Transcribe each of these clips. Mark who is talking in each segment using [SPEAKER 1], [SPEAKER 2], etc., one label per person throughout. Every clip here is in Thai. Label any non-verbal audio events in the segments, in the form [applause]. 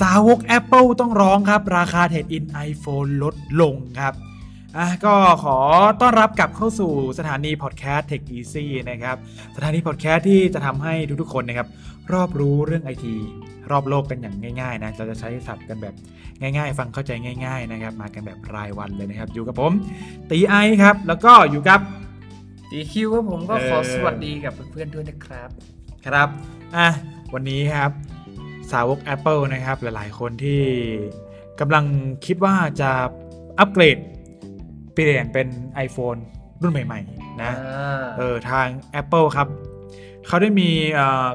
[SPEAKER 1] สาวก Apple ต้องร้องครับ ราคาเทรดอิน iPhone ลดลงครับอ่ะก็ขอต้อนรับกลับเข้าสู่สถานีพอดแคสต์ Tech Easy นะครับ สถานีพอดแคสต์ที่จะทำให้ทุกๆคนนะครับ รอบรู้เรื่องไอทีรอบโลกกันอย่างง่ายๆนะเราจะใช้ศัพท์กันแบบง่าย ๆ ฟังเข้าใจง่าย ๆ นะครับ มากันแบบรายวันเลยนะครับ อยู่กับผมตีไอครับ แล้วก็อยู่กับ
[SPEAKER 2] ตีคิวครับผมก็ขอ
[SPEAKER 1] เออ
[SPEAKER 2] สวัสดีกับเพื่อนๆด้วยนะครับ
[SPEAKER 1] ครับ อ่ะ วันนี้ครับ สาวก Apple นะครับ หลายๆ คนที่กำลังคิดว่าจะอัปเกรด เปลี่ยนเป็น iPhone รุ่นใหม่ ๆ นะ เออ ทาง Apple ครับ เขาได้มีเอ่อ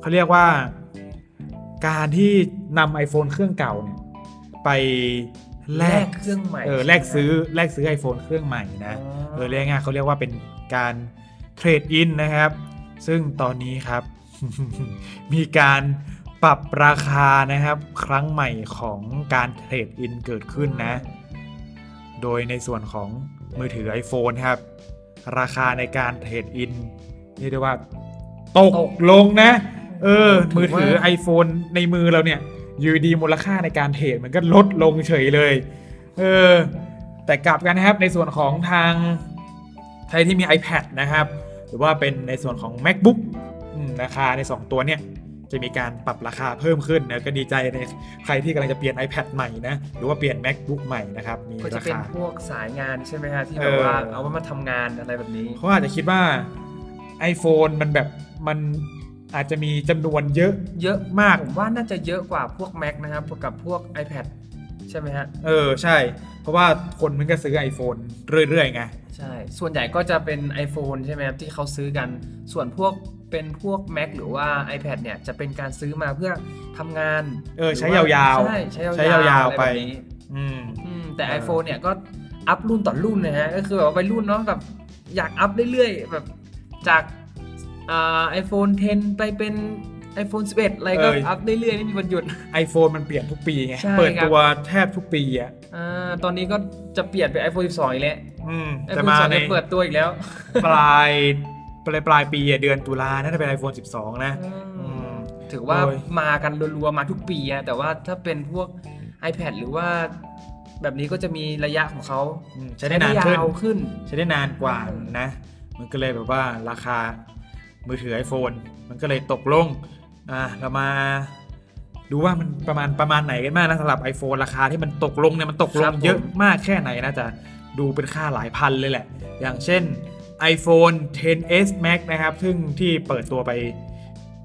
[SPEAKER 1] เขาเรียกว่า การที่นำ iPhone เครื่องเก่าเนี่ย ไปแล
[SPEAKER 2] แล
[SPEAKER 1] ก
[SPEAKER 2] กเครื่องใหม่
[SPEAKER 1] เออแลกซื้อแลกซื้อ iPhone เครื่องใหม่นะ เออเรียกง่ายๆเขาเรียกว่าเป็นการเทรดอินนะครับ ซึ่งตอนนี้ครับ [laughs] มีการปรับราคานะครับ ครั้งใหม่ของการเทรดอินเกิดขึ้นนะ โดยในส่วนของมือถือ iPhone ครับ ราคาในการเทรดอินเรียกได้ว่า ตก
[SPEAKER 2] ตก
[SPEAKER 1] ลงนะ เออ มือถือ
[SPEAKER 2] ถือว่า
[SPEAKER 1] iPhone ในมือเราเนี่ย อยู่ดีมูลค่าในการเทรดมันก็ลดลงเฉยเลย เออ แต่กลับกันนะครับในส่วนของทางใครที่มี iPad นะครับ หรือว่าเป็นในส่วนของ MacBook อืมราคาใน 2 ตัวเนี่ย จะมีการปรับราคาเพิ่มขึ้นนะก็ดีใจในใครที่กำลังจะเปลี่ยน iPad ใหม่นะ หรือว่าเปลี่ยน MacBook ใหม่นะครับมี
[SPEAKER 2] ก็จะ
[SPEAKER 1] รา
[SPEAKER 2] เป็น
[SPEAKER 1] คา
[SPEAKER 2] พวกสายงานใช่ไหมฮะที่
[SPEAKER 1] เออ
[SPEAKER 2] แบบว่าเอาไว้มาทำงานอะไรแบบนี้
[SPEAKER 1] เขาอาจจะคิดว่า iPhone มันแบบมันอาจจะมีจำนวนเยอะ
[SPEAKER 2] เยอะ
[SPEAKER 1] มาก
[SPEAKER 2] ผมว่าน่าจะเยอะกว่าพวก Mac นะครับกับพวก iPad ใช่ไหมฮะ
[SPEAKER 1] เออ ใช่ เพราะว่าคนมันก็ซื้อ iPhone เรื่อย ๆ ไง
[SPEAKER 2] ใช่ ส่วนใหญ่ก็จะเป็น iPhone ใช่ไหมครับที่เขาซื้อกัน ส่วนพวกเป็นพวก Mac หรือว่า iPad เนี่ยจะเป็นการซื้อมาเพื่อทำงาน
[SPEAKER 1] เออใช้
[SPEAKER 2] หรื
[SPEAKER 1] ยาวๆ
[SPEAKER 2] ใช่ใช้ยาวๆ
[SPEAKER 1] ใช้ยาวๆ
[SPEAKER 2] อะร
[SPEAKER 1] ไป
[SPEAKER 2] แบบนี้
[SPEAKER 1] อืม
[SPEAKER 2] อืมแต่
[SPEAKER 1] เออ
[SPEAKER 2] iPhone เนี่ยก็อัพรุ่นต่อรุ่นนะฮะก็คือแบบว่าวัยรุ่นเนาะแบบอยากอัพเรื่อยๆแบบจากไอโฟน 10 ไปเป็น iPhone 11 อะไรก็
[SPEAKER 1] เอออั
[SPEAKER 2] อัพเรื่อยๆไม่มีวันหยุด
[SPEAKER 1] iPhone มันเปลี่ยนทุกปีไง
[SPEAKER 2] ใช่
[SPEAKER 1] เปิด
[SPEAKER 2] ครับ
[SPEAKER 1] ตัวแทบทุกปีอ่ะ
[SPEAKER 2] อ่าตอนนี้ก็จะเปลี่ยนเป็น iPhone 12 อีกแล้ว
[SPEAKER 1] อืมแต่
[SPEAKER 2] iPhone
[SPEAKER 1] มา
[SPEAKER 2] 12
[SPEAKER 1] ใน
[SPEAKER 2] จะเปิดตัวอี
[SPEAKER 1] [laughs]
[SPEAKER 2] กแล้ว
[SPEAKER 1] ปลายปลายปลายปีอะเดือนตุลาน่าจะเป็น iPhone 12 นะ
[SPEAKER 2] อื
[SPEAKER 1] อื
[SPEAKER 2] ม
[SPEAKER 1] ม
[SPEAKER 2] ถือว่า
[SPEAKER 1] โอ้ย
[SPEAKER 2] มากันรัวๆมาทุกปีอะแต่ว่าถ้าเป็นพวก iPad หรือว่าแบบนี้ก็จะมีระยะของเขา
[SPEAKER 1] อืมใช้ได้นานขึ้น
[SPEAKER 2] ยาวขึ้น
[SPEAKER 1] ใช้ได้นานกว่า
[SPEAKER 2] อืม
[SPEAKER 1] นะ มันก็เลยแบบว่าราคามือถือ iPhone มันก็เลยตกลง อ่ะเรามาดูว่ามันประมาณประมาณไหนกันบ้างนะสำหรับ iPhone ราคาที่มันตกลงเนี่ยมันตกลงเยอะมากแค่ไหนนะจะดูเป็นค่าหลายพันเลยแหละ อย่างเช่น iPhone 10s Max นะครับ ซึ่งที่เปิดตัวไป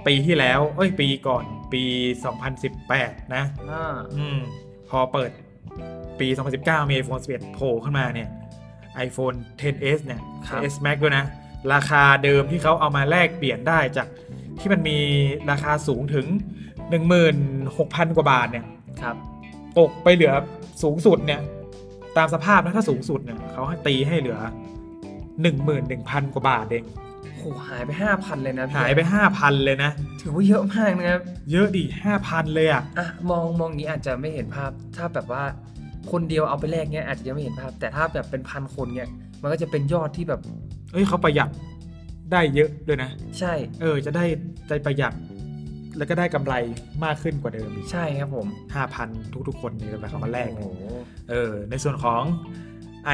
[SPEAKER 1] ปีที่แล้ว เอ้ยปีก่อนปี 2018 นะ
[SPEAKER 2] อ่า
[SPEAKER 1] อืมพอเปิดปี 2019 มี iPhone 11โผล่ขึ้นมาเนี่ย iPhone 10s เนี่ย
[SPEAKER 2] ครับ
[SPEAKER 1] 10s Max ด้วยนะ ราคาเดิมที่เขาเอามาแลกเปลี่ยนได้จากที่มันมีราคาสูงถึง 16,000 กว่าบาทเนี่ย
[SPEAKER 2] ครับ
[SPEAKER 1] ตกไปเหลือสูงสุดเนี่ย ตามสภาพนะถ้าสูงสุดเนี่ยเขาให้ตีให้เหลือ 11,000 กว่าบาทเอง
[SPEAKER 2] โหหายไป 5,000 เลยนะพี่
[SPEAKER 1] หายไป 5,000 เลยนะ
[SPEAKER 2] ถือว่าเยอะมากนะครับ
[SPEAKER 1] เยอะดิ 5,000 เลยอ่ะ
[SPEAKER 2] อ่ะ มองมองอย่างนี้อาจจะไม่เห็นภาพ ถ้าแบบว่าคนเดียวเอาไปแลกเนี้ยอาจจะยังไม่เห็นภาพ แต่ถ้าแบบเป็นพันคนเนี้ยมันก็จะเป็นยอดที่แบบ
[SPEAKER 1] เอ้ยเขาประหยัดได้เยอะด้วยนะ
[SPEAKER 2] ใช่
[SPEAKER 1] เออ จะได้ได้ประหยัด แล้วก็ได้กำไรมากขึ้นกว่าเดิมอีก
[SPEAKER 2] ใช่ครับผม
[SPEAKER 1] ห้าพันทุก ๆ คนนี่แบบเขามาแลกเนี่ย
[SPEAKER 2] โอ้โห
[SPEAKER 1] เออ ในส่วนของ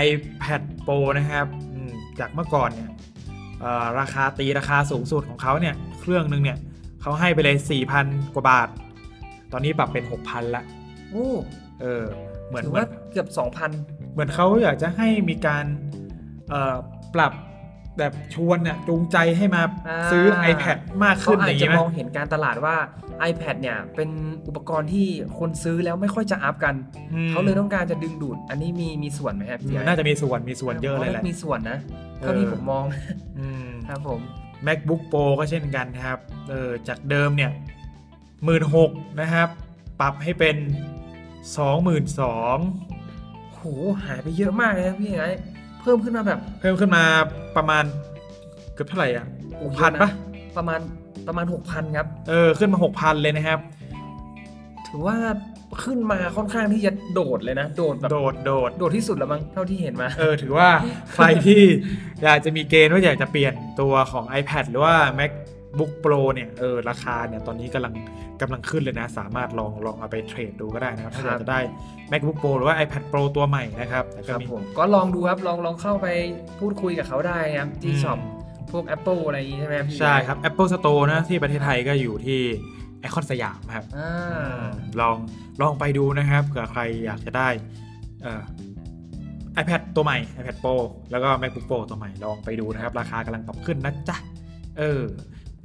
[SPEAKER 1] iPad Pro นะครับอืมจากเมื่อก่อนเนี่ยเอ่อราคาตีราคาสูงสุดของเขาเนี่ย เครื่องหนึงเนี่ยเขาให้ไปเลย 4,000 กว่าบาท ตอนนี้ปรับเป็น 6,000 ละ
[SPEAKER 2] โอ้
[SPEAKER 1] เออ เหมือน
[SPEAKER 2] ถือ
[SPEAKER 1] เหมือ
[SPEAKER 2] ว่าน เกือบ
[SPEAKER 1] เหมือนเขาอยากจะให้มีการเอ่อปรับแบบชวนน่ะจูงใจให้มา
[SPEAKER 2] อ่า
[SPEAKER 1] ซื้อ iPad มาก
[SPEAKER 2] 2,000เขา
[SPEAKER 1] ขึ้นอ
[SPEAKER 2] อาจ
[SPEAKER 1] ย่าง
[SPEAKER 2] จะ
[SPEAKER 1] นี้ไหม
[SPEAKER 2] มองเห็นการตลาดว่า iPad เนี่ยเป็นอุปกรณ์ที่คนซื้อแล้วไม่ค่อยจะอัพกัน
[SPEAKER 1] อืม
[SPEAKER 2] เขาเลยต้องการจะดึงดูด อันนี้มีมีส่วนไหมครับพี่ไอ้
[SPEAKER 1] น่าจะมีส่วนมีส่วนเยอะเลยแหละ
[SPEAKER 2] มีส่วนนะเท่าที่
[SPEAKER 1] เออ
[SPEAKER 2] ผมมอง
[SPEAKER 1] อืม
[SPEAKER 2] ครับผม
[SPEAKER 1] MacBook Pro ก็เช่นกันครับ เออ จากเดิมเนี่ยหมื่นหกนะครับ ปรับให้เป็นสองหมื่นสอง
[SPEAKER 2] โหหายไปเยอะมากเลยนะพี่ไอ้เพิ่มขึ้นมาแบบ
[SPEAKER 1] เพิ่มขึ้นมาประมาณเกือบเท่าไหร่อ่ะ
[SPEAKER 2] โอ้โ
[SPEAKER 1] พันปะ
[SPEAKER 2] ประมาณประมาณ 6,000 ครับ
[SPEAKER 1] เออ ขึ้นมาหกพันเลยนะครับ
[SPEAKER 2] ถือว่าขึ้นมาค่อนข้างที่จะโดดเลยนะ โดดแบบ
[SPEAKER 1] โดดโดด
[SPEAKER 2] โดดที่สุดแล้วมั้งเท่าที่เห็นมา
[SPEAKER 1] เออ ถือ [laughs] ว่าใครที่ อยากจะมีเกณฑ์ว่าอยากจะเปลี่ยนตัวของ iPad หรือว่า Mac MacBook Pro เนี่ยเออราคาเนี่ยตอนนี้กำลังกำลังขึ้นเลยนะ สามารถลองลองเอาไปเทรดดูก็ได้นะครับ ถ้าอยากจะได้ MacBook Pro หรือว่า iPad Pro ตัวใหม่นะครับแต่
[SPEAKER 2] ค
[SPEAKER 1] ก็
[SPEAKER 2] รับ
[SPEAKER 1] มี
[SPEAKER 2] ผมก็ลองดูครับลองลองเข้าไปพูดคุยกับเขาได้ครับที่
[SPEAKER 1] อืม
[SPEAKER 2] ช็อปพวก Apple อะไรอย่างงี้ใช่ไหมพี่
[SPEAKER 1] ใช่ครับ Apple Store นะที่ประเทศไทยก็อยู่ที่ไอคอนสยามครับ
[SPEAKER 2] อ่า
[SPEAKER 1] ลองลองไปดูนะครับเผื่อใครอยากจะได้เอ่อ iPad ตัวใหม่ iPad Pro แล้วก็ MacBook Pro ตัวใหม่ลองไปดูนะครับ ราคากำลังปรับขึ้นนะจ๊ะ เออ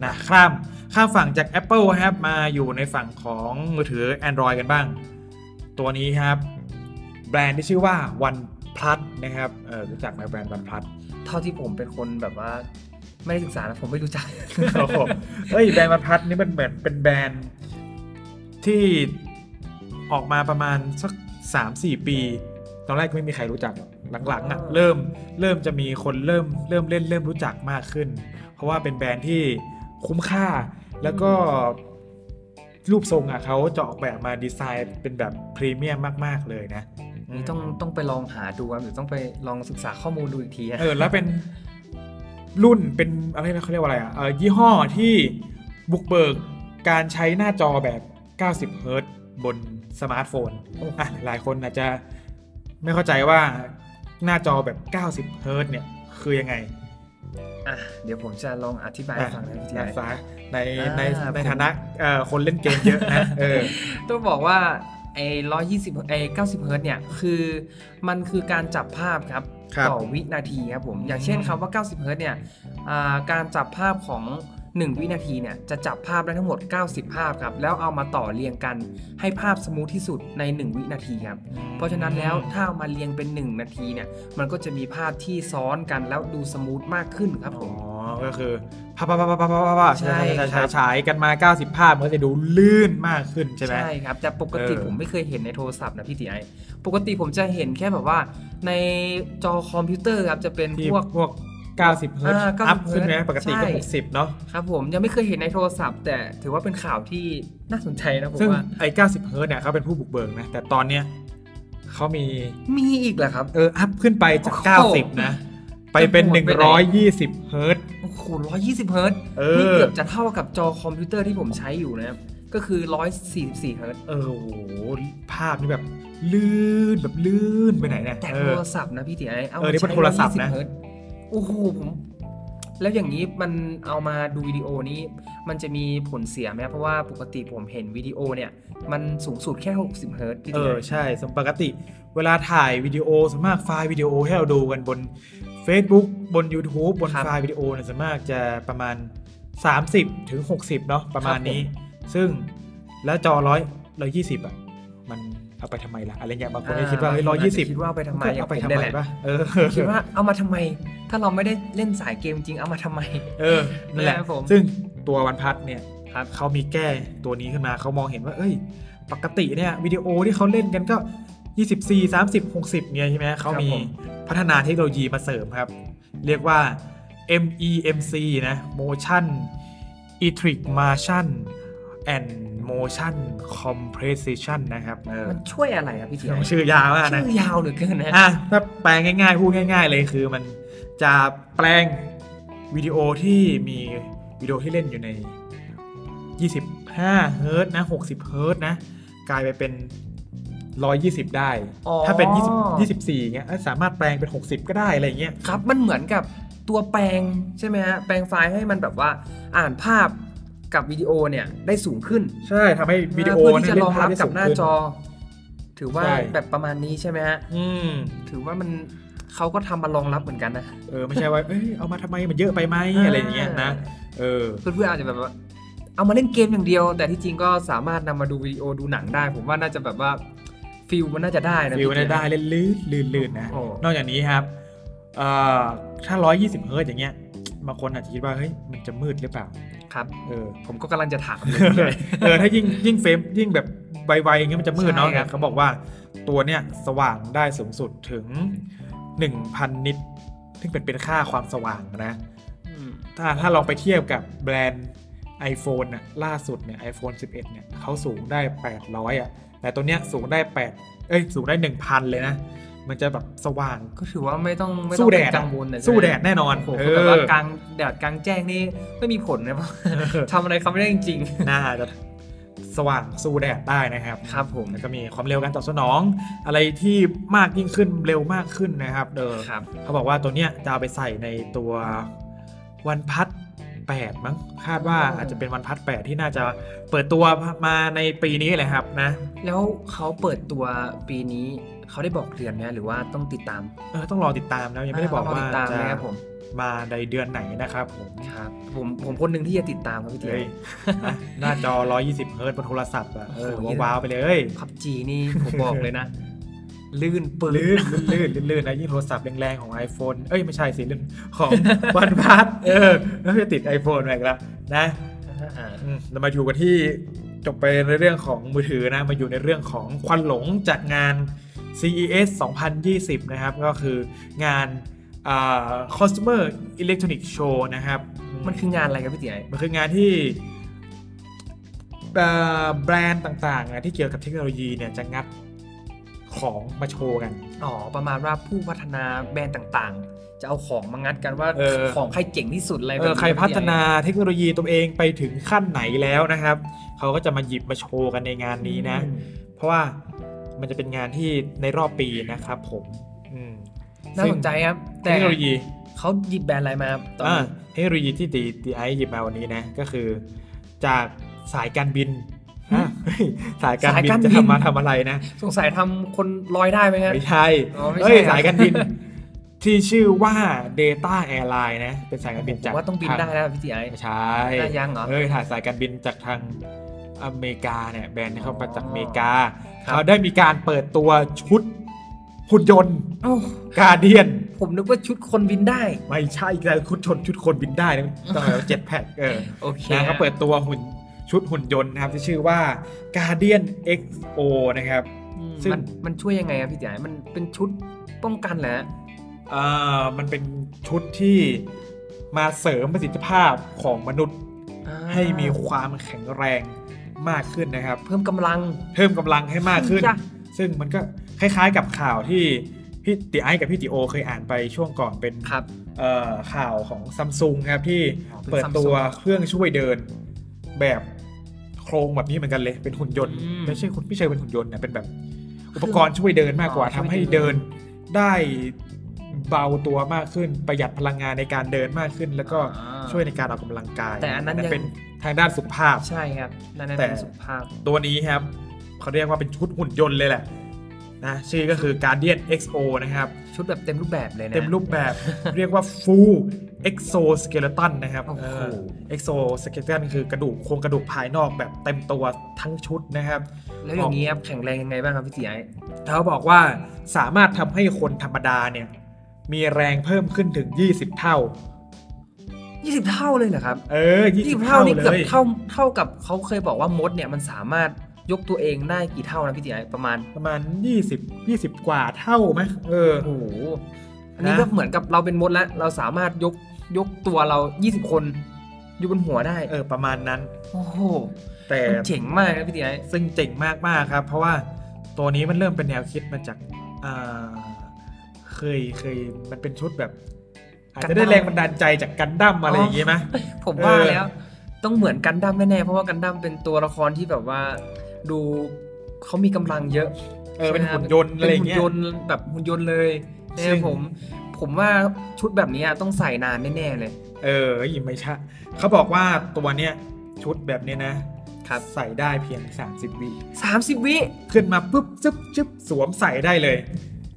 [SPEAKER 1] นะข้ามข้ามฝั่งจาก Apple ครับมาอยู่ในฝั่งของมือถือ Android กันบ้าง ตัวนี้ครับ แบรนด์ที่ชื่อว่า OnePlus นะครับเออรู้จักไหมแบรนด์ OnePlus
[SPEAKER 2] เท่าที่ผมเป็นคนแบบว่า ไม่ได้ศึกษานะผมไม่รู้จัก
[SPEAKER 1] ครับผมเฮ้ยแบรนด์บรรพัดนี่มันเหมือนเป็นแบรนด์ที่ออกมาประมาณสักสามสี่ปี ตอนแรกไม่มีใครรู้จักหรอกหลังๆอ่ะ
[SPEAKER 2] อ๋อ
[SPEAKER 1] เริ่มเริ่มจะมีคนเริ่มเริ่มเล่นเริ่มรู้จักมากขึ้น เพราะว่าเป็นแบรนด์ที่คุ้มค่า แล้วก็รูปทรงอ่ะเขาจะออกแบบมาดีไซน์เป็นแบบพรีเมียมมาก ๆ เลยนะม
[SPEAKER 2] นี่ต้องต้องไปลองหาดูครับหรือต้องไปลองศึกษาข้อมูลดูอีกทีฮะ
[SPEAKER 1] เออแล้วเป็นรุ่นเป็นอะไรนะเขาเรียกว่าอะไรอ่ะเออยี่ห้อที่บุกเบิกการใช้หน้าจอแบบ 90 เฮิรตซ์บนสมาร์ทโฟนอ่ะหลายคนอาจจะไม่เข้าใจว่าหน้าจอแบบ 90 เฮิรตซ์เนี่ย คือยังไง
[SPEAKER 2] อ่ะเดี๋ยวผมจะลองอธิบายให้ฟังนะพี่ที
[SPEAKER 1] นะ
[SPEAKER 2] นะ
[SPEAKER 1] ฟ้าใน
[SPEAKER 2] อ่า
[SPEAKER 1] ใน
[SPEAKER 2] ผม
[SPEAKER 1] ในฐานะเอ่อคนเล่นเกมเยอะนะเออ
[SPEAKER 2] ต้องบอกว่าไอ้ร้อยยี่สิบไอ้เก้าสิบเฮิร์ตซ์เนี่ยคือมันคือการจับภาพครับ
[SPEAKER 1] ครับ
[SPEAKER 2] ต่อวินาทีครับผมอย่างเช่น
[SPEAKER 1] อืม
[SPEAKER 2] คำว่า 90 เฮิร์ตซ์เนี่ยอ่าการจับภาพของ 1 วินาทีเนี่ยจะจับภาพได้ทั้งหมด 90 ภาพครับแล้วเอามาต่อเรียงกันให้ภาพสมูทที่สุดใน 1 วินาทีครับเพราะฉะนั้นแล้วถ้าเอามาเรียงเป็น 1 นาทีเนี่ยมันก็จะมีภาพที่ซ้อนกันแล้วดูสมูทมากขึ้นครับผ
[SPEAKER 1] อ๋อ
[SPEAKER 2] ม
[SPEAKER 1] ก็คือพับพับพับพับพับพับพับ
[SPEAKER 2] ใช่
[SPEAKER 1] ใช่
[SPEAKER 2] ครั
[SPEAKER 1] ใช่
[SPEAKER 2] บ
[SPEAKER 1] ใช่ใช่กันมา 90 ภาพมันก็จะดูลื่นมากขึ้นใช่ไหม
[SPEAKER 2] ใช่ครับ แต่ปกติ
[SPEAKER 1] เออ
[SPEAKER 2] ผมไม่เคยเห็นในโทรศัพท์นะพี่ตีไอปกติผมจะเห็นแค่แบบว่า ในจอคอมพิวเตอร์ครับจะเป็น
[SPEAKER 1] ที่
[SPEAKER 2] พ
[SPEAKER 1] พ
[SPEAKER 2] ว
[SPEAKER 1] ว
[SPEAKER 2] ก
[SPEAKER 1] กพวก 90 เฮิรตซ์
[SPEAKER 2] อ่า90
[SPEAKER 1] อัพขึ้นไหม
[SPEAKER 2] เฮิร์ตซ์
[SPEAKER 1] ปกติก็
[SPEAKER 2] ใช่
[SPEAKER 1] 60 เนาะ
[SPEAKER 2] ครับผมยังไม่เคยเห็นในโทรศัพท์ แต่ถือว่าเป็นข่าวที่น่าสนใจนะผม
[SPEAKER 1] ซึ่ง
[SPEAKER 2] ว่า
[SPEAKER 1] ไอ้ 90 เฮิรตซ์เนี่ยเขาเป็นผู้บุกเบิกนะ แต่ตอนเนี้ยเขามี
[SPEAKER 2] มีอีกเหรอครับ
[SPEAKER 1] เออ อัพขึ้นไปจาก
[SPEAKER 2] โอ้โห
[SPEAKER 1] 90 นะ ไปเป็น
[SPEAKER 2] จะโหดไปไหน
[SPEAKER 1] 120 เฮิรตซ์
[SPEAKER 2] โอ้โหร้อยยี่สิบเฮิร์ตซ์
[SPEAKER 1] เอ
[SPEAKER 2] นี่
[SPEAKER 1] อ
[SPEAKER 2] เกือบจะเท่ากับจอคอมพิวเตอร์ที่ผมใช้อยู่นะครับ ก็คือร้อยสี่สิบสี่เฮิร์ตซ์
[SPEAKER 1] เออโอ้โห ภาพนี่แบบลื่นแบบลื่นไปไหนเนี่ย
[SPEAKER 2] แต่
[SPEAKER 1] เอ
[SPEAKER 2] โท
[SPEAKER 1] อ
[SPEAKER 2] รศัพท์นะพี่ตีไอเอา
[SPEAKER 1] เออ
[SPEAKER 2] มา
[SPEAKER 1] นี่เป็น
[SPEAKER 2] ใช้
[SPEAKER 1] โทรศัพท์
[SPEAKER 2] 120
[SPEAKER 1] นะ
[SPEAKER 2] เฮิร์ตซ์โอ้โหผมแล้วอย่างนี้มันเอามาดูวิดีโอนี้ มันจะมีผลเสียไหมครับเพราะว่าปกติผมเห็นวิดีโอเนี่ย มันสูงสุดแค่ 60 เฮิร์ตซ์พี่
[SPEAKER 1] เอ
[SPEAKER 2] เดีย
[SPEAKER 1] อ ใช่สมปกติ เวลาถ่ายวิดีโอส่วนมากไฟล์วิดีโอที่เราดูกันบน Facebook บน YouTube บนไฟล์วิดีโอเนี่ยส่วนมากจะประมาณ 30 ถึง 60 เนาะประมาณนี้ ซึ่งแล้วจอร้อยร้อยยี่สิบอ่ะ มันเอาไปทำไมล่ะ อะไรเงี้ยบางคนก็คิดว่าเฮ้ยร้อยยี่สิบ
[SPEAKER 2] คิดว่าเอาไปทำไม
[SPEAKER 1] เอาไปทำ
[SPEAKER 2] ด้
[SPEAKER 1] ไม
[SPEAKER 2] แหละ
[SPEAKER 1] ป่ะเออ
[SPEAKER 2] คิดว่าเอามาทำไม ถ้าเราไม่ได้เล่นสายเกมจริงเอามาทำไม
[SPEAKER 1] เออนั่นแหละ
[SPEAKER 2] นะครับผม
[SPEAKER 1] ซึ่งตัววันพัดเนี่ย
[SPEAKER 2] ครับ
[SPEAKER 1] เขามีแก้ตัวนี้ขึ้นมาเขามองเห็นว่า เอ้ย ปกติเนี่ยวิดีโอที่เขาเล่นกันก็ 24 30 60เนี่ยใช่ไหมเขามี
[SPEAKER 2] ผม
[SPEAKER 1] พัฒนาเทคโนโลยีมาเสริมครับ เรียกว่า MEMC นะ Motion e t r i c Motion and Motion Compression นะครับเออ
[SPEAKER 2] มันช่วยอะไรครับพี่เดีย
[SPEAKER 1] ชื่อยาวมากนะ
[SPEAKER 2] ชื่อยาวเหลือเกินนะ
[SPEAKER 1] อ่ะถ้าแปลง่ายๆ พูดง่าย ๆ เลยคือมันจะแปลงวิดีโอที่มีวิดีโอที่เล่นอยู่ใน 25 เฮิร์ตซ์นะ 60 เฮิร์ตซ์นะ กลายไปเป็น 120 ได้
[SPEAKER 2] อ๋อ
[SPEAKER 1] ถ้าเป็น 20 24อย่างเงี้ยเอ้ยสามารถแปลงเป็น 60 ก็ได้ อะไรอย่างเงี้ย
[SPEAKER 2] ครับมันเหมือนกับตัวแปลงใช่ไหมฮะแปลงไฟล์ให้มันแบบว่าอ่านภาพกับวิดีโอเนี่ยได้สูงขึ้น
[SPEAKER 1] ใช่ทำให้วิดีโอ
[SPEAKER 2] เพื่อที่จะ
[SPEAKER 1] เล่
[SPEAKER 2] รอง
[SPEAKER 1] ภา
[SPEAKER 2] รั
[SPEAKER 1] พ
[SPEAKER 2] บ
[SPEAKER 1] ได้
[SPEAKER 2] กั
[SPEAKER 1] สู
[SPEAKER 2] บ
[SPEAKER 1] ง
[SPEAKER 2] หน้า
[SPEAKER 1] ขึ้น
[SPEAKER 2] จอ ถือว่า
[SPEAKER 1] ใช่
[SPEAKER 2] แบบประมาณนี้ใช่ไหมฮะ
[SPEAKER 1] อืม
[SPEAKER 2] ถือว่ามันเขาก็ทำมารองรับเหมือนกันนะ
[SPEAKER 1] เออ ไม่ใช่ว่า เอ้ย เอามาทำไม มันเยอะไปไหมอะไรอย่างเงี้ยนะ เออ
[SPEAKER 2] เพื่อนๆอาจจะแบบว่าเอามาเล่นเกมอย่างเดียว แต่ที่จริงก็สามารถนำมาดูวิดีโอดูหนังได้ ผมว่าน่าจะแบบว่าฟิลมันน่าจะได้นะ
[SPEAKER 1] ฟิลเนี่ย
[SPEAKER 2] พี่เจี๊ยบ
[SPEAKER 1] ได้เล่นลื่นลื่นลื่นนะ
[SPEAKER 2] โอ้
[SPEAKER 1] นอกจากนี้ครับเอ่อถ้า 120 เฮิร์ตซ์อย่างเงี้ย บางคนอาจจะคิดว่า เฮ้ย มันจะมืดหรือเปล่า
[SPEAKER 2] ครับ
[SPEAKER 1] เออ
[SPEAKER 2] [laughs] ผมก็กำลังจะถามเลย
[SPEAKER 1] เออ ถ้ายิ่งยิ่งเฟรมยิ่งแบบไวๆอย่างเงี้ยมันจะมืดเนาะ
[SPEAKER 2] ใช่ครับ
[SPEAKER 1] เขาบอกว่าตัวเนี้ยสว่างได้สูงสุดถึง 1,000 นิตซึ่งเป็นเป็นค่าความสว่างนะ
[SPEAKER 2] อืม
[SPEAKER 1] ถ้าถ้าลองไปเทียบกับแบรนด์ iPhone น่ะล่าสุดเนี่ย iPhone 11 เนี่ยเขาสูงได้ 800 อ่ะ แต่ตัวเนี้ยสูงได้ 8 เอ้ย สูงได้ 1,000 เลยนะ มันจะแบบสว่าง
[SPEAKER 2] ก็ถือว่าไม่ต้องไม่ต้
[SPEAKER 1] สู้
[SPEAKER 2] อง
[SPEAKER 1] แด
[SPEAKER 2] เป็
[SPEAKER 1] ด
[SPEAKER 2] น
[SPEAKER 1] อะ
[SPEAKER 2] กังวลนะใช่ไหม
[SPEAKER 1] สู้แดดแน่นอน
[SPEAKER 2] โอ้โห
[SPEAKER 1] เอ
[SPEAKER 2] แต่ว่า
[SPEAKER 1] อก [laughs]
[SPEAKER 2] ลางแดดกลางแจ้งนี่ไม่มีผลนะเพราะทำอะไรเขาไม่ได้จริง
[SPEAKER 1] น่าจะสว่างสู้แดดได้นะครับ
[SPEAKER 2] ๆ ครับผม
[SPEAKER 1] แล้วก็มีความเร็วการตอบสนอง อะไรที่มากยิ่งขึ้นเร็วมากขึ้นนะครับเออ
[SPEAKER 2] ครับ
[SPEAKER 1] เขาบอกว่าตัวเนี้ยจะเอาไปใส่ในตัววันพัด8มั้งคาดว่า
[SPEAKER 2] อ๋ออ
[SPEAKER 1] อาจจะเป็นวันพัด8ที่น่าจะเปิดตัวมาในปีนี้แหละครับนะ
[SPEAKER 2] แล้วเขาเปิดตัวปีนี้เขาได้บอกเดือนไหมหรือว่าต้องติดตาม
[SPEAKER 1] เออต้องรอติดตามแล้วยังไม่ได้บอก
[SPEAKER 2] ต้งร
[SPEAKER 1] ว่า
[SPEAKER 2] ติดตาม
[SPEAKER 1] จะ
[SPEAKER 2] นะครับผม
[SPEAKER 1] มาในเดือนไหนนะครับผม
[SPEAKER 2] ครับ ผมผมคนหนึ่งที่จะติดตามครับพี่เตี้
[SPEAKER 1] เฮ้
[SPEAKER 2] ย
[SPEAKER 1] ย นะหน้าจอ 120 เฮิร์ตบนโทรศัพท์อ่ะเออ
[SPEAKER 2] โอ้โห
[SPEAKER 1] ว้าวๆไปเลยเอ้ย
[SPEAKER 2] พับจีนี่ผมบอกเลยนะ
[SPEAKER 1] [laughs]
[SPEAKER 2] ลื่นปื
[SPEAKER 1] ลื่
[SPEAKER 2] น
[SPEAKER 1] นลื่นลื่นลื่นนะยิ่งโทรศัพท์แรงๆ ของ iPhone เอ้ย ไม่ใช่สิลื่นของ [laughs] วันพัทเออแล้วจะติด iPhone มาอีกแล้วนะ
[SPEAKER 2] อ่า
[SPEAKER 1] อืมเรามาอยู่กันที่จบไปในเรื่องของมือถือนะ มาอยู่ในเรื่องของควันหลงจากงาน CES 2020 นะครับ ก็คืองานอ่า Customer Electronic Show นะครับ
[SPEAKER 2] [laughs] มันคืองานอะไรครับพี่เตี้ย
[SPEAKER 1] มันคืองานที่เอ่อแบรนด์ต่างๆนะที่เกี่ยวกับเทคโนโลยีเนี่ยจะงัดของมาโชว์กัน
[SPEAKER 2] อ๋อประมาณว่าผู้พัฒนาแบรนด์ต่างๆ จะเอาของมางัดกันว่า
[SPEAKER 1] เออ
[SPEAKER 2] ของใครเจ๋งที่สุดอะไรแบบ
[SPEAKER 1] เออ
[SPEAKER 2] นี้
[SPEAKER 1] ใครพัฒนาเทคโนโลยีตัวเองไปถึงขั้นไหนแล้วนะครับ เขาก็จะมาหยิบมาโชว์กันในงานนี้นะ
[SPEAKER 2] อืม
[SPEAKER 1] เพราะว่ามันจะเป็นงานที่ในรอบปีนะครับผมอืม
[SPEAKER 2] น่าสนใจครับ
[SPEAKER 1] ซึ่ง
[SPEAKER 2] แต่
[SPEAKER 1] เทคโนโลยี
[SPEAKER 2] เขาหยิบแบรนด์อะไรมาครับตอน
[SPEAKER 1] อ่า
[SPEAKER 2] นี้
[SPEAKER 1] เทคโนโลยีที่ตีตีไอซ์หยิบมาวันนี้นะก็คือจากสายการบินอ่ะ [laughs] เฮ้ยสายการบินจะทำมาทำอะไรนะ
[SPEAKER 2] สงสัยทำคนลอยได้ไหมครับ
[SPEAKER 1] ไม่ใช่
[SPEAKER 2] อ๋อไม่ใช่
[SPEAKER 1] เอ้ย
[SPEAKER 2] เหรอ
[SPEAKER 1] สายการบิน ที่ชื่อว่า Data Airline นะ เป็นสายการบิน
[SPEAKER 2] ผ
[SPEAKER 1] จาก
[SPEAKER 2] มว่าต้องบินได้แล้วพี่ตีไอ
[SPEAKER 1] ไม่ใช่
[SPEAKER 2] ได้ยังเหรอ
[SPEAKER 1] เอ้ยถ่ายสายการบินจากทางอเมริกาเนี่ยแบรนด์ที่เข้ามาจากอเมริกา
[SPEAKER 2] ครับ
[SPEAKER 1] เขาได้มีการเปิดตัวชุดหุ่นยนต์
[SPEAKER 2] เอ้า
[SPEAKER 1] การเดียน
[SPEAKER 2] ผมนึกว่าชุดคนบินได้
[SPEAKER 1] ไม่ใช่แต่คุณชนชุดคนบินได้นะต้องเอาเจ็ตแพ็คเออ
[SPEAKER 2] โอเค
[SPEAKER 1] นะเขาเปิดตัวหุ่นชุดหุ่นยนต์นะครับที่ชื่อว่า Guardian XO นะครับ
[SPEAKER 2] อืม
[SPEAKER 1] ซึ่ง
[SPEAKER 2] มันมันช่วยยังไงครับพี่ตีไอมันเป็นชุดป้องกันแหละ
[SPEAKER 1] เอ่อมันเป็นชุดที่มาเสริมประสิทธิภาพของมนุษย์ให้มีความแข็งแรงมากขึ้นนะครับ
[SPEAKER 2] เพิ่มกำลัง
[SPEAKER 1] เพิ่มกำลังให้มากขึ้น
[SPEAKER 2] จ้ะ
[SPEAKER 1] ซึ่งมันก็คล้ายๆกับข่าวที่พี่ติไอซ์กับพี่ติโอเคยอ่านไปช่วงก่อนเป็น
[SPEAKER 2] ครับ
[SPEAKER 1] เอ่อข่าวของซัมซุงครับที่
[SPEAKER 2] อ๋อเป็น
[SPEAKER 1] เปิดตัว
[SPEAKER 2] Samsung
[SPEAKER 1] เครื่องช่วยเดินแบบโครงแบบนี้เหมือนกันเลยเป็นหุ่นยนต์
[SPEAKER 2] อืม
[SPEAKER 1] ไม่ใช่คุณไม่ใช่เป็นหุ่นยนต์นะเป็นแบบ อุปกรณ์ช่วยเดินมากกว่า
[SPEAKER 2] อ๋อ
[SPEAKER 1] ทำ
[SPEAKER 2] ช่วยเดิน
[SPEAKER 1] ให้เดินได้เบาตัวมากขึ้น ประหยัดพลังงานในการเดินมากขึ้น แล้วก็
[SPEAKER 2] อ่า
[SPEAKER 1] ช่วยในการออกกำลังกาย
[SPEAKER 2] แต่อันนั้นยัง
[SPEAKER 1] เป็นทางด้านสุขภาพ
[SPEAKER 2] ใช่ครับนั่นนะ
[SPEAKER 1] แต่
[SPEAKER 2] เป็นสุขภาพ
[SPEAKER 1] ตัวนี้ครับ เขาเรียกว่าเป็นชุดหุ่นยนต์เลยแหละนะชื่อก็คือ Guardian XO นะครับ
[SPEAKER 2] ชุดแบบเต็มรูปแบบเลยนะ
[SPEAKER 1] เต็มรูปแบบ เรียกว่า Full Exoskeleton นะครับ
[SPEAKER 2] โอ้โห
[SPEAKER 1] เออ Exoskeleton คือกระดูกโครงกระดูกภายนอกแบบเต็มตัวทั้งชุดนะครับ
[SPEAKER 2] แล้วอย่างนี้ครับแข็งแรงยังไงบ้างครับพี่ตีไอ
[SPEAKER 1] เขาบอกว่าสามารถทำให้คนธรรมดาเนี่ย มีแรงเพิ่มขึ้นถึง 20 เท่า
[SPEAKER 2] ยี่สิบเท่าเลยเหรอครับ
[SPEAKER 1] เออ
[SPEAKER 2] ยี่สิบ
[SPEAKER 1] 20
[SPEAKER 2] เท่า
[SPEAKER 1] เท่า
[SPEAKER 2] นี่
[SPEAKER 1] เล
[SPEAKER 2] เกือบ
[SPEAKER 1] ย
[SPEAKER 2] เท่าเท่ากับเขาเคยบอกว่ามดเนี่ยมันสามารถยกตัวเองได้กี่เท่านะพี่ติ๋ยประมาณ
[SPEAKER 1] ประมาณ 20 20 กว่าเท่าไหมเออ
[SPEAKER 2] โอ้โหอันนี้
[SPEAKER 1] นะ
[SPEAKER 2] ก็เหมือนกับเราเป็นมดแล้ว เราสามารถยกยกตัวเรา 20 คน อยู่บนหัวได้
[SPEAKER 1] เออ ประมาณนั้น
[SPEAKER 2] โอ้โห
[SPEAKER 1] แต่
[SPEAKER 2] มันเจ๋งมากนะพี่ติ๋ย
[SPEAKER 1] ซึ่งเจ๋งมาก ๆ ครับ เพราะว่าตัวนี้มันเริ่มเป็นแนวคิดมาจากอ่าเคยเคยมันเป็นชุดแบบ อาจจะได้แรงบันดาลใจจากกันดั้มอะไรอย่างงี้ไหม
[SPEAKER 2] [laughs] ผมว่า
[SPEAKER 1] เออ
[SPEAKER 2] แล้ว ต้องเหมือนกันดั้มแน่ๆเพราะว่ากันดั้มเป็นตัวละครที่แบบว่า ดูเขามีกำลังเยอะ
[SPEAKER 1] เออ เป็น
[SPEAKER 2] ใช่ไหมครับ
[SPEAKER 1] หุ่นยนต์อะไรอย่างเงี้ย
[SPEAKER 2] ป็นหุ่นยนต์แบบหุ่นยนต์เลย
[SPEAKER 1] ซึ่
[SPEAKER 2] เนี่ย
[SPEAKER 1] ง
[SPEAKER 2] ผม ผมว่าชุดแบบนี้ต้องใส่นานแน่ๆเลย
[SPEAKER 1] เออยิมไม่ใช่เขาบอกว่าตัวเนี้ยชุดแบบเนี้ยนะครับ ใส่ได้เพียง 30 วิ
[SPEAKER 2] 30 วิ
[SPEAKER 1] ขึ้นมาปุ๊บจึ๊บจึ๊บสวมใส่ได้เลย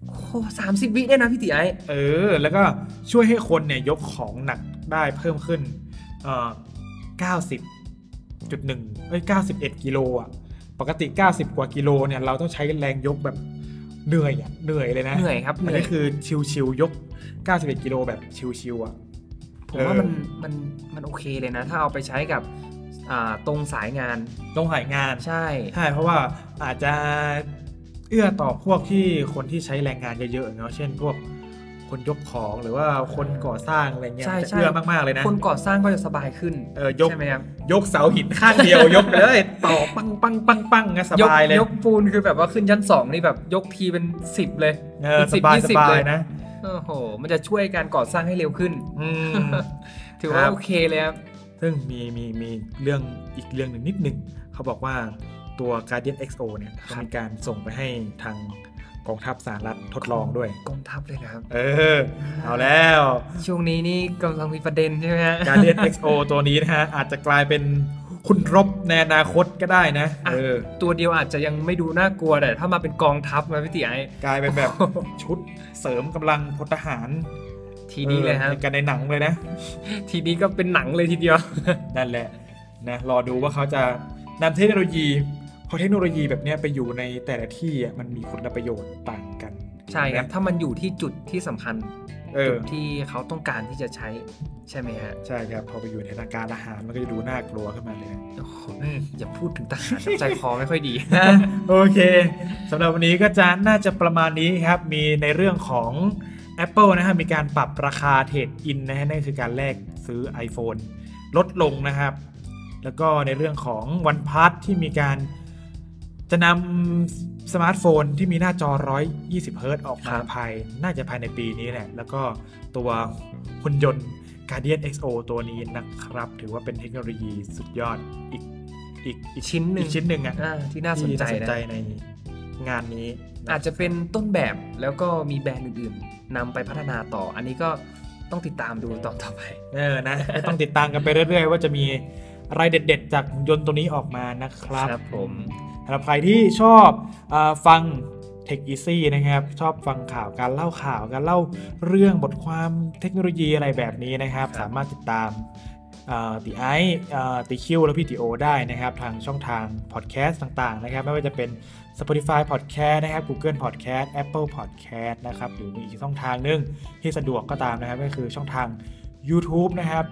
[SPEAKER 2] โอ้โหสามสิบวิได้นะพี่ติไอ
[SPEAKER 1] เออ แล้วก็ช่วยให้คนเนี่ยยกของหนักได้เพิ่มขึ้นเอ่อ90จุดหนึ่งเอ้ย91กิโลอ่ะ ปกติ 90 กว่ากิโลเนี่ยเราต้องใช้แรงยกแบบเหนื่อยอ่ะเหนื่อยเลยนะ
[SPEAKER 2] เหนื่อยครับเห
[SPEAKER 1] อัน
[SPEAKER 2] นื่อย
[SPEAKER 1] นี้คือชิวๆยก 91กิโลแบบชิวๆอ่ะ
[SPEAKER 2] ผม
[SPEAKER 1] เออ
[SPEAKER 2] ว่ามันมันมันโอเคเลยนะ ถ้าเอาไปใช้กับอ่าตรงสายงาน
[SPEAKER 1] ต้องหายงาน
[SPEAKER 2] ใช่
[SPEAKER 1] ใช่เพราะว่าอาจจะเอื้อต่อพวกที่คนที่ใช้แรงงานเยอะๆเนาะเช่นพวก คนยกของหรือว่าคนก่อสร้างอะไรเงี้ย
[SPEAKER 2] ใช่
[SPEAKER 1] จะ
[SPEAKER 2] ใช่
[SPEAKER 1] เอื้อมากๆเลยนะ
[SPEAKER 2] คนก่อสร้างก็จะสบายขึ้น
[SPEAKER 1] เออยก
[SPEAKER 2] ใช่ไหมครับ
[SPEAKER 1] ยกเสาหินข้างเดี
[SPEAKER 2] [laughs]
[SPEAKER 1] ยวยกไปเลยต่อปังปังปังปังนะสบายเลย
[SPEAKER 2] กกปูนคือแบบว่าขึ้นชั้นสองนี่แบบยกทีเป็นสิบเลย
[SPEAKER 1] เออ
[SPEAKER 2] เป็น
[SPEAKER 1] สบายสบา
[SPEAKER 2] เลย
[SPEAKER 1] นะ
[SPEAKER 2] โอ้โห มันจะช่วยการก่อสร้างให้เร็วขึ้น
[SPEAKER 1] อืม
[SPEAKER 2] [laughs] ถือ
[SPEAKER 1] ค
[SPEAKER 2] ว่า
[SPEAKER 1] รับ
[SPEAKER 2] โอเคเลยครับ
[SPEAKER 1] ซึ่งมีมีมีเรื่องอีกเรื่องหนึ่งนิดนึง เขาบอกว่าตัว Guardian XO เนี่ย
[SPEAKER 2] ครั
[SPEAKER 1] เขา
[SPEAKER 2] บ
[SPEAKER 1] มีการส่งไปให้ทางกองทัพสหรัฐทดลองด้วย
[SPEAKER 2] กองทัพเลยนะครับ
[SPEAKER 1] เออ เอาแล้ว
[SPEAKER 2] ช่วงนี้นี่กำลังมีประเด็นใช่ไหมฮะ
[SPEAKER 1] Guardian XO ตัวนี้นะฮะ อาจจะกลายเป็นคุณรบในอนาคตก็ได้นะ
[SPEAKER 2] อ่ะ
[SPEAKER 1] เออ
[SPEAKER 2] [laughs] ตัวเดียวอาจจะยังไม่ดูน่ากลัวแต่ถ้ามาเป็นกองทัพมาพี่ติไอ้
[SPEAKER 1] กลายเป็นแบบชุดเสริมกำลังพลทหาร
[SPEAKER 2] ทีนี้เลย
[SPEAKER 1] อ
[SPEAKER 2] ฮะ
[SPEAKER 1] อหมือนกันในหนังเลยนะ
[SPEAKER 2] ทีนี้ก็เป็นหนังเลยทีเดียว
[SPEAKER 1] [laughs] นั่นแหละนะรอดูว่าเขาจะนำเทคโนโลยีพอเทคโนโลยีแบบเนี้ยไปอยู่ในแต่ละที่อ่ะมันมีคุณประโยชน์ต่างกัน
[SPEAKER 2] ใช่ครับ ถ้ามันอยู่ที่จุดที่สำคัญ
[SPEAKER 1] เอ
[SPEAKER 2] จุ
[SPEAKER 1] อ
[SPEAKER 2] ดที่เขาต้องการที่จะใช้ใช่ไหมฮะ
[SPEAKER 1] ใช่ครับ พอไปอยู่ในทางการอาหารมันก็จะดูน่ากลัวขึ้นมาเลยนะ
[SPEAKER 2] โอ้โหอย่าพูดถึงทหารนะใจคอไม่ค่อยดี
[SPEAKER 1] นะโอเคสำหรับวันนี้ก็จะน่าจะประมาณนี้ครับ มีในเรื่องของ Apple นะฮะมีการปรับราคาเทรดอินนะฮะนั่นคือการแลกซื้อ iPhone ลดลงนะครับ แล้วก็ในเรื่องของวันพัทที่มีการจะนำสมาร์ทโฟนที่มีหน้าจอ 120 เฮิรตซ์ออกมา
[SPEAKER 2] ครับ
[SPEAKER 1] ภาย น่าจะภายในปีนี้แหละ แล้วก็ตัวหุ่นยนต์ Guardian XO ตัวนี้นะครับ ถือว่าเป็นเทคโนโลยีสุดยอดอีกอีก [laughs] อีก
[SPEAKER 2] ชิ้นหนึ่
[SPEAKER 1] อี
[SPEAKER 2] ง
[SPEAKER 1] กชิ้นหนึ่งอ่ะ
[SPEAKER 2] อ่าที่น่าสนใจ
[SPEAKER 1] ที่
[SPEAKER 2] นะ
[SPEAKER 1] ในงานนี้น
[SPEAKER 2] อาจจะเป็นต้นแบบแล้วก็มีแบรนด์อื่นๆนำไปพัฒนาต่อ อันนี้ก็ต้องติดตามดูตอนต่อไป
[SPEAKER 1] เออนะ [laughs] ต้องติดตามกันไปเรื่อย ๆ ว่าจะมีอะไรเด็ด ๆ จากหุ่นยนต์ตัวนี้ออกมานะครับ
[SPEAKER 2] ครับผม
[SPEAKER 1] สำหรับใครที่ชอบอาฟัง Tech Easy นะครับ ชอบฟังข่าวการเล่าข่าวการเล่าเรื่องบทความเทคโนโลยีอะไรแบบนี้นะครับ
[SPEAKER 2] ครับ
[SPEAKER 1] สามารถติดตามตีไอซ์ตีคิวและพี่ติโอได้นะครับ ทางช่องทางพอดแคสต์ต่างๆนะครับ ไม่ว่าจะเป็น Spotify Podcast นะครับ Google Podcast Apple Podcast นะครับ หรือมีอีกช่องทางหนึงที่สะดวกก็ตามนะครับ ก็คือช่องทาง YouTube นะครับ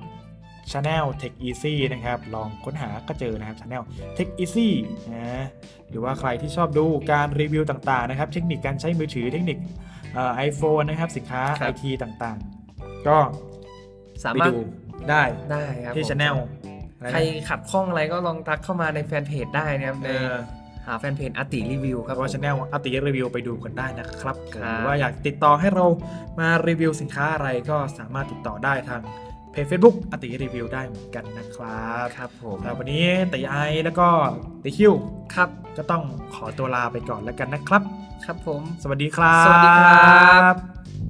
[SPEAKER 1] Channel Tech Easy นะครับ ลองค้นหาก็เจอนะครับ Channel Tech Easy นะ หรือว่าใครที่ชอบดูการรีวิวต่างๆนะครับ เทคนิคการใช้มือถือเทคนิคไอโฟนนะครับ สินค้า
[SPEAKER 2] ครั
[SPEAKER 1] ไอบ ทีต่างๆ ก็
[SPEAKER 2] สา
[SPEAKER 1] ไป
[SPEAKER 2] มารถ
[SPEAKER 1] ดูได้
[SPEAKER 2] ได้ครับ
[SPEAKER 1] ที่
[SPEAKER 2] ผม
[SPEAKER 1] ช anel
[SPEAKER 2] ใครขัดข้องอะไรก็ลองทักเข้ามาในแฟนเพจได้นะครับในหาแฟนเพจอติรีวิวค
[SPEAKER 1] แล้
[SPEAKER 2] รับ
[SPEAKER 1] วก็ช
[SPEAKER 2] ผม
[SPEAKER 1] anel อติรีวิวไปดูกันได้นะครับ
[SPEAKER 2] ครับ
[SPEAKER 1] หรือว่าอยากติดต่อให้เรามารีวิวสินค้าอะไรก็สามารถติดต่อได้ทางเพจ Facebook อติรีวิวได้เหมือนกันนะครับ
[SPEAKER 2] ครับผม
[SPEAKER 1] แล้ววันนี้ตีไอแล้วก็ตีคิว
[SPEAKER 2] ครับ
[SPEAKER 1] ก็ต้องขอตัวลาไปก่อนแล้วกันนะครับ
[SPEAKER 2] ครับผม
[SPEAKER 1] สวัสดีครับ
[SPEAKER 2] สวัสดีครับ